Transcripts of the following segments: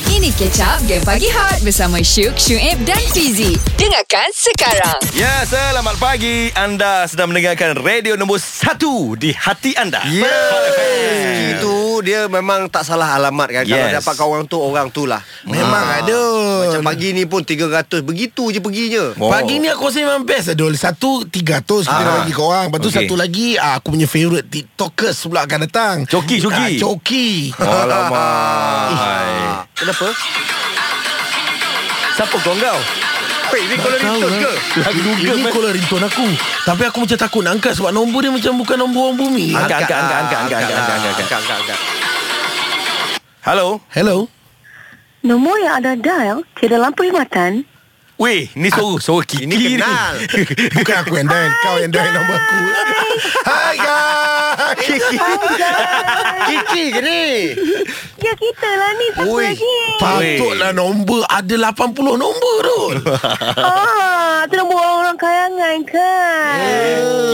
Ini Catch Up Game Pagi Hot Bersama Syuk, Syuib dan Fizi Dengarkan sekarang Ya, selamat pagi. Anda sedang mendengarkan radio nombor 1 di hati anda. Ya. Yeah. Itu dia memang tak salah alamat kan. Yes. Kalau Yes. dapat kawan tu orang tu lah. Memang ada. Macam pagi ni pun 300 begitu je perginya. Oh. Pagi ni aku rasa memang best Adul Satu 300 Kita Ah. bagi ke orang Lepas tu Okey. satu lagi ah, Aku punya favourite TikTokers pula akan datang Coki, Coki. Oh. Ah, Coki Alamak. Kenapa? Siapa kau kau? Pek ni kalau Tahu ringtone ke? eh. lah. Lagu Ini ke? kalau ringtone aku Tapi aku macam takut nak angkat Sebab nombor dia macam bukan nombor orang bumi Angkat, angkat, angkat, angkat, angkat, angkat, angkat, angkat, angkat. angkat, angkat, angkat. Hello. Hello Nombor yang anda dial tiada lampu khidmatan. Weh, ni suruh suruh Kiki. Ah, Ini kenal. Bukan aku yang dial Kau yang dial nombor aku Hai guys Kiki ke ni? Ya kita lah ni satu Ui, lagi. Patutlah nombor Ada 80 nombor tu Ah, tu nombor orang karangan kan.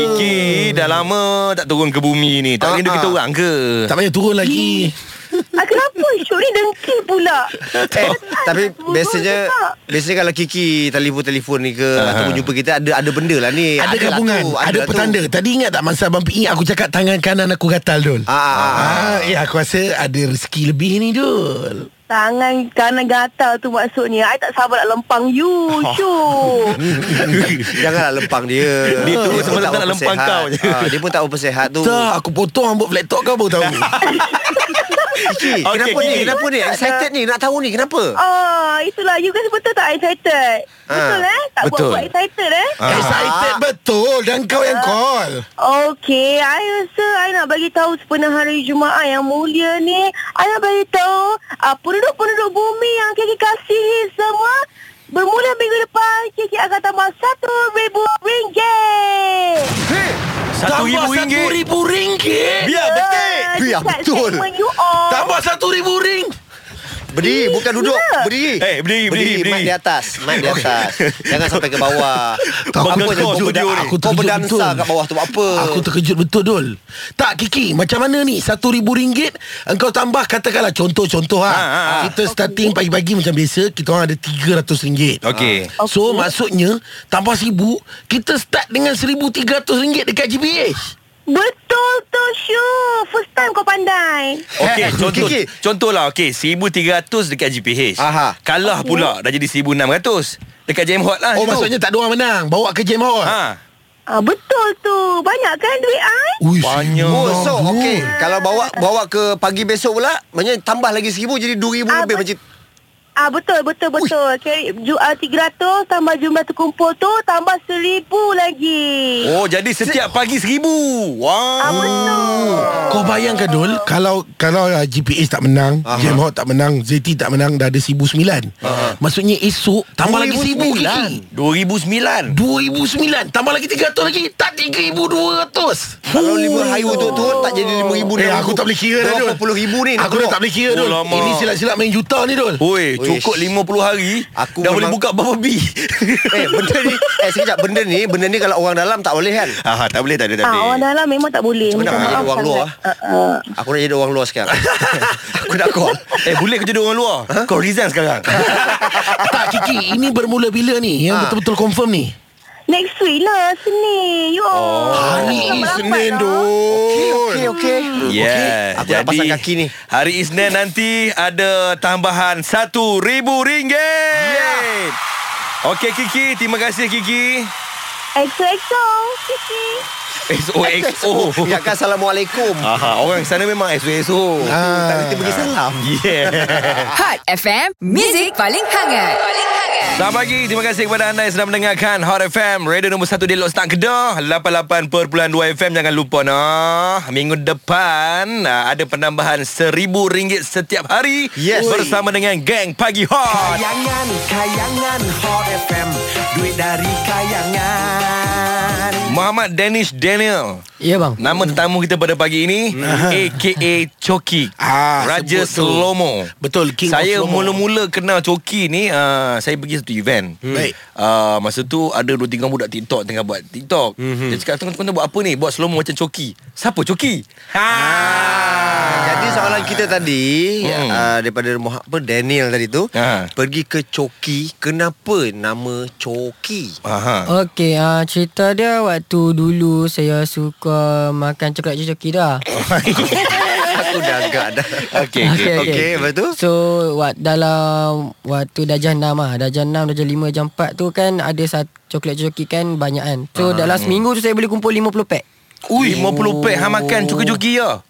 Kiki dah lama tak turun ke bumi ni. Ah, Tak rindu ah. kita orang ke? Tak payah turun lagi Ah, kenapa Syuk ni dengki pula? Eh, tapi biasanya biasanya kalau Kiki telefon-telefon ni ke ataupun jumpa kita ada ada benda lah ni. Ada lah gabungan tu, Ada lah tu. petanda Tadi ingat tak Masa Abang PI Aku cakap tangan kanan aku gatal Dul Ah, ah, ah. ah, Eh aku rasa Ada rezeki lebih ni Dul Tangan kanan gatal tu maksudnya. I tak sabar nak lempang you, Syuk. Janganlah lempang dia. Dia tu pun semalam tak nak lempang bersehat. kau je. Ah, dia pun tak apa sehat tu. Tak aku potong rambut flat top kau baru tahu Okey, Kiki, kenapa ni? Kiki. Kenapa ni? Excited ni, nak tahu ni kenapa? Ah, itulah. You guys betul tak excited? Betul eh? Tak betul. buat-buat excited eh? ah. Excited betul Dan kau yang call Okey, I rasa I nak bagi tahu sepenuh hari Jumaat yang mulia ni, I nak bagi tahu uh, penduduk-penduduk bumi yang KK kasihi semua bermula minggu depan KK akan tambah RM1,000. Satu ribu Satu ringgit. ribu ringgit Biar betul. Ah, Ya, dekat betul. segmen You all. Tambah satu ribu ring Berdiri, bukan duduk. Ya. Berdiri. Eh, berdiri, berdiri, Mic berdiri. di atas. Mic di atas. Jangan sampai ke bawah. Tahu apa aku yang terkejut kau video berda- ni. Kau berdansa kat bawah tu buat apa? Aku terkejut betul Dul Tak Kiki Macam mana ni Satu ribu ringgit Engkau tambah Katakanlah contoh-contoh ha, Ah, ah, ah. Kita starting pagi-pagi Macam biasa Kita orang ada RM300 ringgit Okey. Okay. So maksudnya Tambah RM1,000 Kita start dengan RM1,300 Dekat GPH Betul tu, Syu. First time kau pandai. Okey, Eh, contoh Kiki. contohlah okey 1300 dekat GPH. Aha. Kalah pula dah jadi 1600 dekat Jam Hot Ah, lah. Oh itu. maksudnya tak ada orang menang Bawa ke Jam Hall Ha. ha. Ah, betul tu. Banyak kan duit I? Ui, Banyak. Oh, sial. so okey. Kalau bawa bawa ke pagi besok pula, maknanya tambah lagi 1000 jadi 2000 Ah, lebih bet- macam Ah betul betul betul. Okay, ju- ah, 300 tambah jumlah terkumpul tu tambah 1000 lagi. Oh, jadi setiap pagi 1000. Ah Wah. betul. Kau bayangkan Dul Kalau kalau uh, GPS tak menang Aha. Aha. Jam Hot tak menang ZT tak menang Dah ada 1009 Aha. Maksudnya esok Tambah lagi 1000 Kiki 2009. 2009 Tambah lagi 300 lagi Tak 3200 kalau 5 hari untuk tu tak jadi 5000 Eh aku tak boleh kira dah Dul Dua ribu ni. nak Aku dah tengok. tak boleh kira Oh, Dul lama. Oh. Ini silap-silap main juta ni Dul Oi, Uish. cukup 50 hari Aku dah boleh memang- buka berapa B. Eh benda ni Eh sekejap Benda ni Benda ni kalau orang dalam tak boleh kan Ah, tak boleh tak boleh tak Ah orang boleh. dalam memang tak boleh. lah. Macam mana nak jadi orang luar? Ah, Aku nak jadi orang luar sekarang Aku nak call Eh, boleh kerja dengan orang luar. Kau resign sekarang. Tak Kiki Ini bermula bila ni Ah. Yang betul-betul confirm ni Next week lah Senin. Yo. Oh, Ah, Hari Isnin Okey Dul okey okey Yeah. Aku nak pasang kaki ni Hari Isnin nanti ada tambahan RM1,000. Yeah. Okey Kiki, terima kasih Kiki. lah. XOXO. Kiki. SOXO. Ingatkan Eh, ya kan, Assalamualaikum Aha, orang sana memang SOSO. Tak kita pergi ya. salam Yeah. Hot FM Music paling hangat Paling hangat Selamat pagi. Terima kasih kepada anda yang sedang mendengarkan Hot FM. Radio nombor 1 di Lok Stang Kedah. 88.2 FM. Jangan lupa nah. Minggu depan ah, ada penambahan RM1,000 setiap hari. Yes. Bersama dengan Gang Pagi Hot. Kayangan, kayangan Hot FM Duit dari kayangan Muhammad Danish Daniel. Ya bang. Nama tetamu kita pada pagi ini AKA Choki Hmm. Ah, Raja sebut tu. Slomo Betul, King of Saya Slomo. mula-mula kenal Choki ni uh, Saya pergi satu event Hmm. Baik. uh, Masa tu ada dua tiga budak TikTok Tengah buat TikTok mm-hmm. Dia cakap Kau nak buat apa ni Buat Slomo macam Choki Siapa Ah. Choki? Jadi soalan kita tadi Hmm. hmm. uh, daripada Muha- apa Daniel tadi tu Ha. pergi ke Choki kenapa nama Choki? Aha. Okey, uh, cerita dia waktu dulu saya suka makan coklat cocoki dah. Aku dah agak dah. Okey, okey. okey. lepas tu? So wat, dalam waktu dah jam 6 lah Dah jam 6, dah jam 5, jam 4 tu kan Ada sat, coklat cocoki kan banyak kan So uh, dalam seminggu tu saya boleh kumpul 50 pack Ui 50 pack Hang makan cuki-cuki ya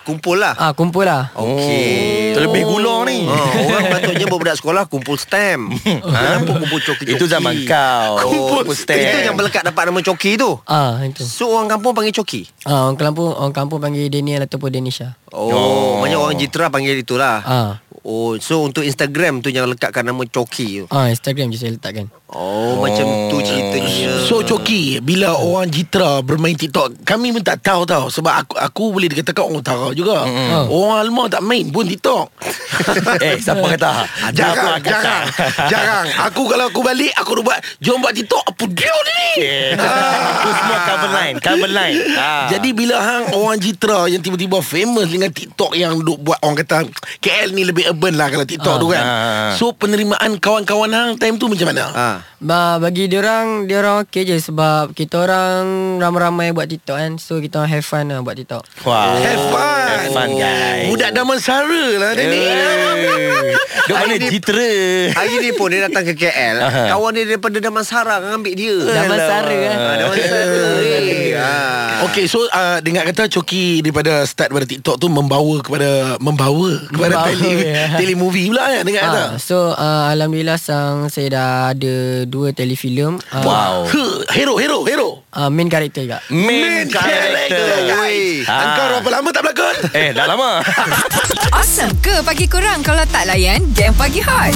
Kumpul lah. Ah Kumpul lah Okey. Terlebih gula ni Oh, orang patutnya budak sekolah kumpul stem. Kenapa kumpul coki-coki? Itu zaman kau. Kumpul, Kumpul stem. stem. Itu yang melekat dapat nama coki tu. Ah itu So orang kampung panggil coki. ah, Orang kampung, orang kampung panggil Daniel ataupun Denisha Oh, banyak orang jitra panggil itulah. Ah. Oh, so untuk Instagram tu yang lekatkan nama coki tu. Ah Instagram je saya letakkan Oh, macam tu ceritanya. So Coki Bila orang jitra Bermain TikTok Kami pun tak tahu tau Sebab aku aku boleh dikatakan Orang Tara juga mm. Orang Alma tak main pun TikTok Eh siapa kata Jarang Jarang Jarang Aku kalau aku balik Aku dah buat Jom buat TikTok Apa dia ni Itu semua cover line Cover line ah. Jadi bila hang orang jitra yang tiba-tiba famous dengan TikTok yang duk buat orang kata KL ni lebih urban lah kalau TikTok Ah. tu kan. Ah. So penerimaan kawan-kawan hang time tu macam mana? ha. Ba, bagi diorang Diorang okey je Sebab kita orang Ramai-ramai buat TikTok kan So kita orang have fun lah buat TikTok Wow Have fun. Have fun guys Budak Damansara lah dia ni. Eh. Dia mana Hari ni- jitera Hari ni pun dia datang ke KL Aha. Kawan dia daripada Damansara ambil dia Damansara kan ha, Damansara eh. ha. Ah. Okay so uh, Dengan kata Coki Daripada start pada TikTok tu Membawa kepada Membawa Kepada Membawa, tele, ya. telemovie pula kan Dengan kata Ah, so uh, alhamdulillah sang saya dah ada dua telefilm. Uh, Wow Huh, Hero hero hero Uh, main karakter juga. Main character guys. Ah. Engkau berapa lama tak berlakon? Eh dah lama Awesome ke pagi korang kalau tak layan game pagi hot?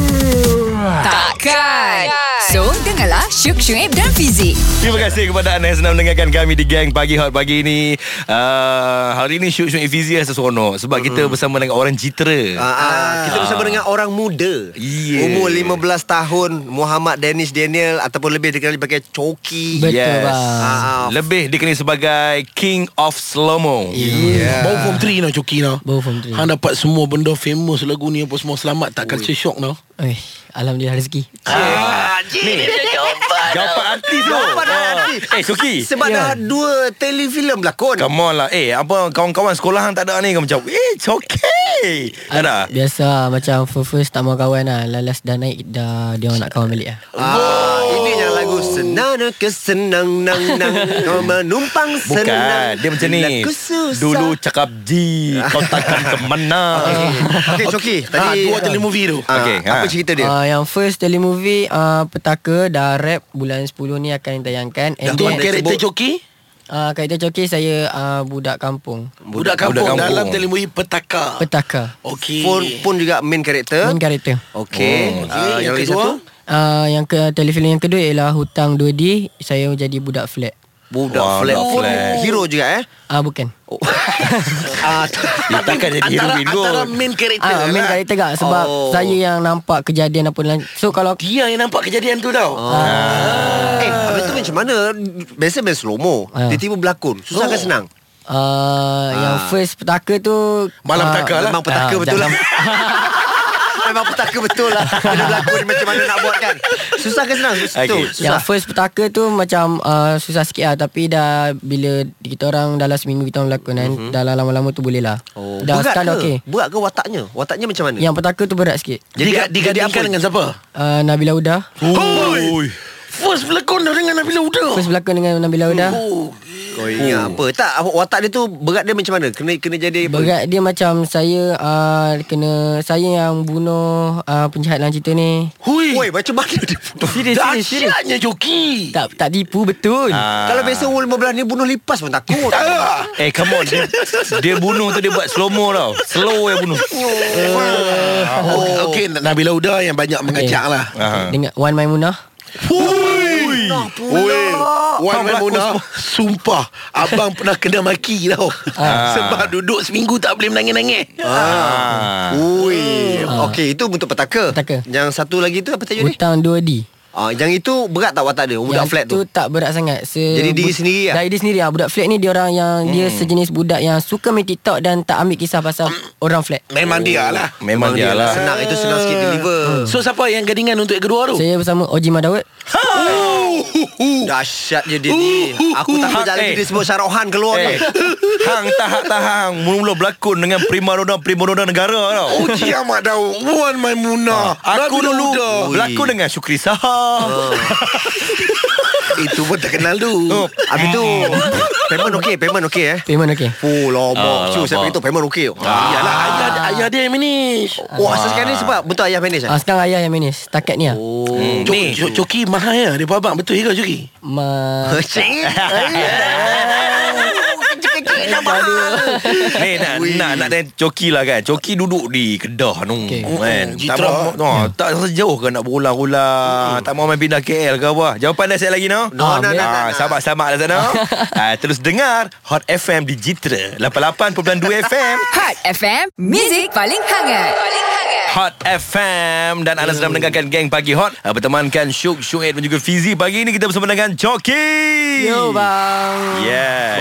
Takkan. So, dengarlah Syuk Syuib dan Fizik. Terima kasih kepada anda yang senang mendengarkan kami di Gang Pagi Hot pagi ini. Uh, hari ini Syuk Syuk Efizia seronok sebab kita Hmm. bersama dengan orang jitera. Ha, ha. Kita bersama dengan orang muda Yeah. Umur 15 tahun Muhammad Dennis Daniel Ataupun lebih dikenali sebagai Choki Betul, yes. bang. Ah. Lebih dikenali sebagai King of Slomo. Ya. Yeah. Baru form 3 tau Coki tau Baru Ya. form three. Hang dapat semua benda famous lagu ni Apa semua selamat Tak culture shock tau Eh, alhamdulillah rezeki. Ah, ni. Jawapan artis tu. Jawapan Ah. artis. Eh Suki. Sebab dah dua telefilm lakon Come on lah Eh apa Kawan-kawan sekolah hang tak ada ni Kau macam Eh it's okay Tak ada Biasa ah, macam first-first tak mau kawan lah. Lalas dah naik dah dia orang nak kawan balik lah. Ah, Ini yang lagu Senana kesenang nang nang Kau menumpang senang Lah, Bukan Dia macam ni Lagu susah. Dulu cakap Ji Kau takkan kemana Okay Eh, Choki ha, Tadi Dua telemovie tu Ah, Okey, Apa ha. cerita dia? Uh, yang first telemovie uh, Petaka dah rap bulan 10 ni akan ditayangkan. And Itu then karakter Coki uh, karakter coki saya uh, budak kampung. Budak kampung, kampung. Dalam telemovie Petaka Petaka. Okey Pun, pun juga main karakter Main karakter. Okey. Okey, Ah, yang yang lagi kedua? satu Uh, yang ke telefilm yang kedua ialah Hutang 2D. Saya jadi budak flat. budak Wah, flat. budak Pun flat. Hero juga eh. Ah uh, bukan. Oh. ah, tu- Dia takkan jadi antara, heroin kot antara main karakter Ah, main lah. karakter tak sebab Oh. oh. saya yang nampak kejadian apa dalam. So kalau Dia yang nampak kejadian tu tau eh, habis tu macam mana? Biasa main slow mo. Ah. Dia tiba berlakon. Susah kan senang? uh, yang first petaka tu Malam ah, petaka lah. Memang petaka ah, betul lah. jangan- Memang petaka betul lah. Bila berlakon macam mana nak buat kan? Susah ke senang? Susah. Okey. Tu, susah. Yang first petaka tu macam uh, susah sikit lah Tapi dah bila kita orang dalam seminggu kita orang berlakon kan mm-hmm. Dalam lama-lama tu boleh lah Oh, Dah berat start ke? dah okey Ya. Berat ke wataknya? Wataknya macam mana? Yang petaka tu berat sikit Jadi Jadi- jadi digandingkan apa? dengan siapa? uh, Nabila Uda Oi. First berlakon dah dengan Nabila Uda First berlakon dengan Nabila Uda Oh. Kau ingat apa? Tak, watak dia tu berat dia macam mana? Kena kena jadi apa? Berat dia macam saya uh, kena Saya yang bunuh uh, penjahat dalam cerita ni Hui. Woi, macam mana dia? Serius, serius, serius Dahsyatnya Joki. Tak tak tipu betul Ah. Kalau biasa umur 15 ni bunuh lipas pun takut. Ah. Eh come on dia, dia bunuh tu dia buat slow mo tau Slow yang bunuh Oh. Okey Nabila Uda yang banyak mengajak lah. Dengan Wan Maimunah Hui. Munah pula. Oi, Kau Wan Man berlakon Munah, sumpah abang pernah kena maki tau. Sebab duduk seminggu tak boleh menangis-nangis. Ah. Ui. Okey, itu untuk petaka. Petaka. Yang satu lagi tu apa tajuk ni? Hutang 2D Ah, yang itu berat tak watak dia? Budak yang flat tu. tu tak berat sangat Se Jadi diri bud- sendiri lah? Dari diri sendiri lah Budak flat ni dia orang yang Dia sejenis budak yang Suka main TikTok Dan tak ambil kisah pasal Orang flat Memang dia lah. Memang dia lah Senang itu senang sikit deliver. So siapa yang gadingan untuk yang kedua tu? Saya bersama Oji Madawat Uh. Dahsyat je dia Uh, ni. Aku tak Hak, kejap lagi eh. dia sebut Syarohan keluar Eh, ni. hang tahak tahang Mula-mula berlakon dengan primadona-primadona negara tau Oji Ahmad Daud Wan Maimunah Ah. Aku Nabi dulu Dauda. berlakon dengan Syukri Sahar Itu pun terkenal tu Habis tu Eh. Payment okey Payment okey eh Payment okay Oh lama Cuy Alamak. siapa itu Payment okey ah. Yalah ayah, ayah dia yang manage Oh asal sekarang ni sebab Bentuk ayah manage ah, eh? Sekarang ayah yang manis Setakat ni lah oh. Cok- Cok- Coki mahal ya Dia abang Betul ke Coki? Ma Cik Kecil-kecil dah mahal Ni nak nak nak tanya Coki lah kan. Coki duduk di Kedah tu. Okey. Kan. Tak Jitra. mau no, tak rasa jauh ke nak berulang-ulang. Tak mau main pindah KL ke apa. Jawapan dah set lagi no. No, no, no, no, Ah, no. sabar-sabar dah sana. Ah, terus dengar Hot FM di Jitra 88.2 FM. Hot FM, music paling hangat. Paling hangat. Hot FM dan anda sedang mendengarkan Gang Pagi Hot Ah, bertemankan Syuk, Syuib dan juga Fizi. Pagi ini kita bersama dengan Coki. Yo bang Yeah.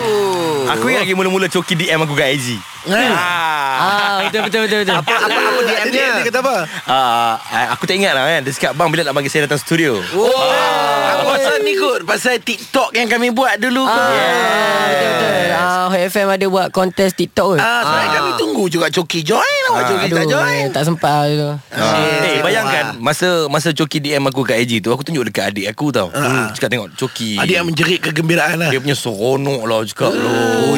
Aku ingat lagi mula-mula Coki DM aku kat IG. Ah. Ah, betul betul betul betul. Apa Apa apa DM dia Dia kata apa Ah, ah, aku tak ingat lah kan Dia cakap Bang bila nak panggil saya datang studio oh. Aku pasal ni kot Pasal TikTok yang kami buat dulu kot Ah, betul betul. Ah, Hot FM ada buat kontes TikTok kot. Ah, sebenarnya kami tunggu juga Coki join Awak Coki tak join tak sempat lah dulu. Eh bayangkan Masa masa Coki DM aku kat IG tu Aku tunjuk dekat adik aku tau uh. Cakap tengok Coki Adik yang menjerit kegembiraan lah Dia punya seronok lah Cakap lo oh,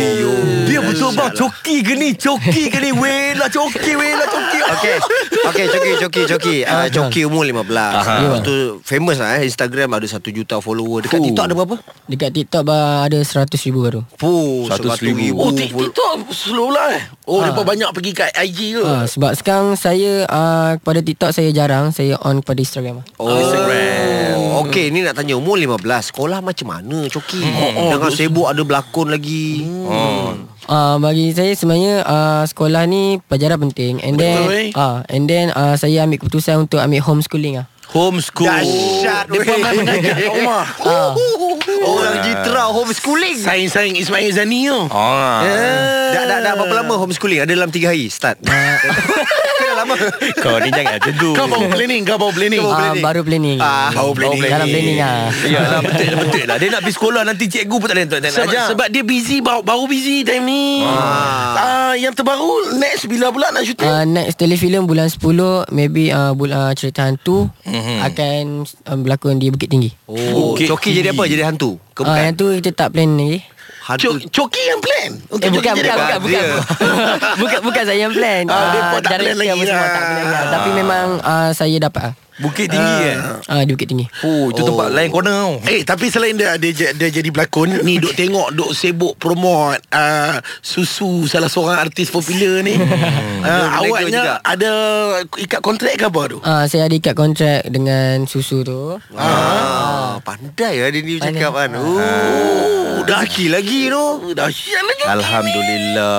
Dia betul bang Coki ke ni Coki ke ni Weh lah Coki Weh lah Coki Okay Okay Coki Coki Coki uh, Ah. Coki umur 15 Lepas tu Famous lah eh Instagram ada 1 juta follower Dekat TikTok ada berapa? Dekat TikTok bah, ada 100 ribu baru. Puh 100,000. 100 ribu Oh Tik- TikTok slow lah eh Oh dia pun banyak pergi kat IG ke Ah, sebab sekarang saya ah, kepada TikTok saya jarang, saya on pada Instagram. lah. Oh. Instagram Okay ni nak tanya Umur 15 Sekolah macam mana Coki Oh, hmm. Dengan sibuk ada berlakon lagi hmm. Ah, bagi saya sebenarnya ah, sekolah ni pelajaran penting and then Betul, eh. ah and then ah, saya ambil keputusan untuk ambil homeschooling ah. Homeschool Dahsyat Dia pun main mengajar kat rumah Oh, Orang jitra homeschooling Saing-saing Ismail Zani tu Ah. Dah, dah, dah berapa lama homeschooling Ada dalam 3 hari start Kau dah lama Kau ni jangan macam tu Kau baru planning Kau baru planning Kau Ah, planning. baru planning. Ah, baru planning. Dalam planning ah. Yalah betul lah betul lah Dia nak pergi sekolah Nanti cikgu pun tak boleh tak nak Sebab, ajar sebab dia busy baru, baru busy time ni ah. ah Yang terbaru Next bila pula nak syuting Uh, next telefilm bulan 10 Maybe uh, bul- uh, cerita hantu mm-hmm. Akan um, berlakon di Bukit Tinggi Oh, Okey. Coki jadi apa? Jadi hantu? Ke uh, bukan? Yang tu kita tak plan lagi hantu. Cok, Coki yang plan Untuk Eh Coki bukan jadi bukan apa? bukan, bukan bukan bukan saya yang plan Ah, dia Ah, pun tak director plan lagi apa semua lah. tak plan lah. Tapi memang uh, saya dapat ah. Bukit tinggi kan uh, Di Bukit Tinggi Oh itu tempat lain corner tau Eh tapi selain dia dia, je- dia jadi pelakon ni duk tengok duk sibuk promote uh, susu salah seorang artis popular ni. uh, Dia berniaga awaknya ada ikat kontrak ke apa tu? uh, Saya ada ikat kontrak dengan susu tu Ah, pandai lah dia ni cakap kan. Ah, Oh, daki lagi tu. Dah sial lagi. Alhamdulillah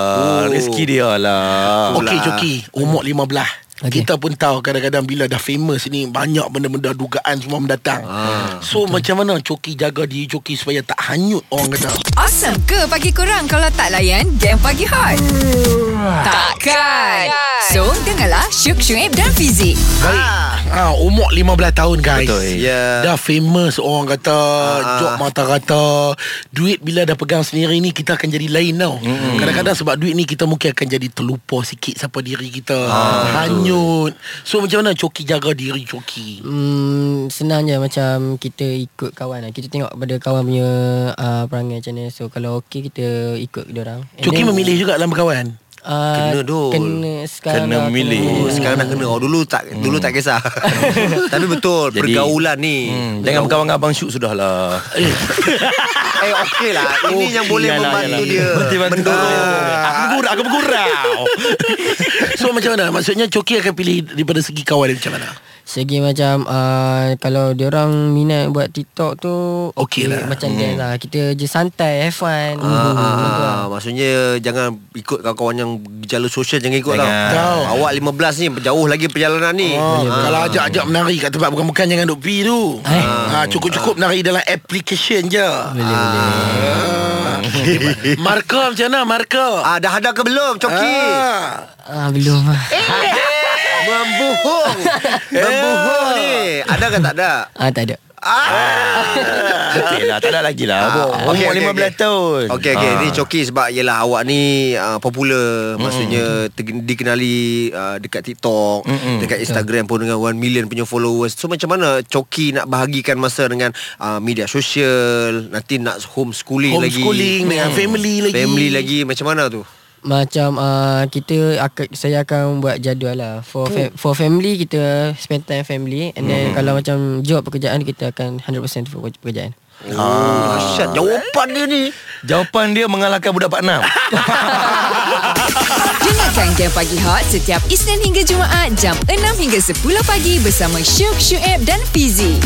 oh. Rezeki dia lah Okey Joki, umur 15. Okey. Kita pun tahu kadang-kadang bila dah famous ni banyak benda-benda dugaan semua mendatang. so macam mana Coki jaga diri Coki supaya tak hanyut orang kata. Awesome ke pagi korang kalau tak layan game pagi hot? Takkan. So, dengarlah Syuk Syuib dan Fizik. Ha, umur 15 tahun guys. Betul. Ya. Dah famous orang kata, job mata rata. Duit bila dah pegang sendiri ni kita akan jadi lain tau. Mm. Kadang-kadang sebab duit ni kita mungkin akan jadi terlupa sikit siapa diri kita. Hanyut. So macam mana Coki jaga diri Coki? Hmm, senang je macam kita ikut kawan lah. Kita tengok pada kawan punya uh, perangai macam ni. So kalau okey kita ikut dia orang. Coki memilih juga dalam berkawan. Uh, Kena dul. Kena sekarang Kena dah memilih. Oh, sekarang dah kena. Oh, dulu tak hmm. dulu tak kisah. Tapi betul Jadi- pergaulan ni. Hmm, jangan berkawan dengan Abang Syuk lah. sudahlah. Eh, okey lah. Ini yang boleh Oh, Iyalah, membantu iyalah. dia. Betul, betul. Mendorong. Aku bergurau, aku bergurau. So macam mana? Maksudnya Coki akan pilih daripada segi kawan dia macam mana? Segi macam uh, Kalau diorang minat buat TikTok tu Okey lah. Macam hmm. dia lah Kita je santai Have fun Ah, maksudnya jangan ikut kawan-kawan yang gejala sosial jangan ikut Jangan. Tahu. lah. Awak 15 ni jauh lagi perjalanan ni. Oh, kalau ajak-ajak menari kat tempat bukan-bukan jangan duk pergi tu. Ha, cukup-cukup menari dalam application je. Boleh boleh. Marka macam mana Marka? Ah, dah ada ke belum Coki? ah, Belum lah Membohong. Eh. Membohong ni. Ada ke tak ada? ah, Tak ada Okey lah Tak ada lagi lah Abang Ah, Umur 15 tahun Okey okey Ah. ni coki sebab ialah awak ni uh, popular maksudnya ter- dikenali uh, dekat TikTok, dekat Instagram pun dengan 1 million punya followers. So macam mana coki nak bahagikan masa dengan uh, media sosial, nanti nak homeschooling, lagi. Mm. Homeschooling dengan family lagi. Family lagi macam mana tu? Macam uh, kita akan, saya akan buat jadual lah for fa- for family kita spend time family and then kalau macam job pekerjaan kita akan 100% for pekerjaan. Oh, ah. jawapan dia ni. Jawapan dia mengalahkan budak Pak Nam Dengarkan Game Pagi Hot setiap Isnin hingga Jumaat jam 6 hingga 10 pagi bersama Syuk, Syuib dan Fizi.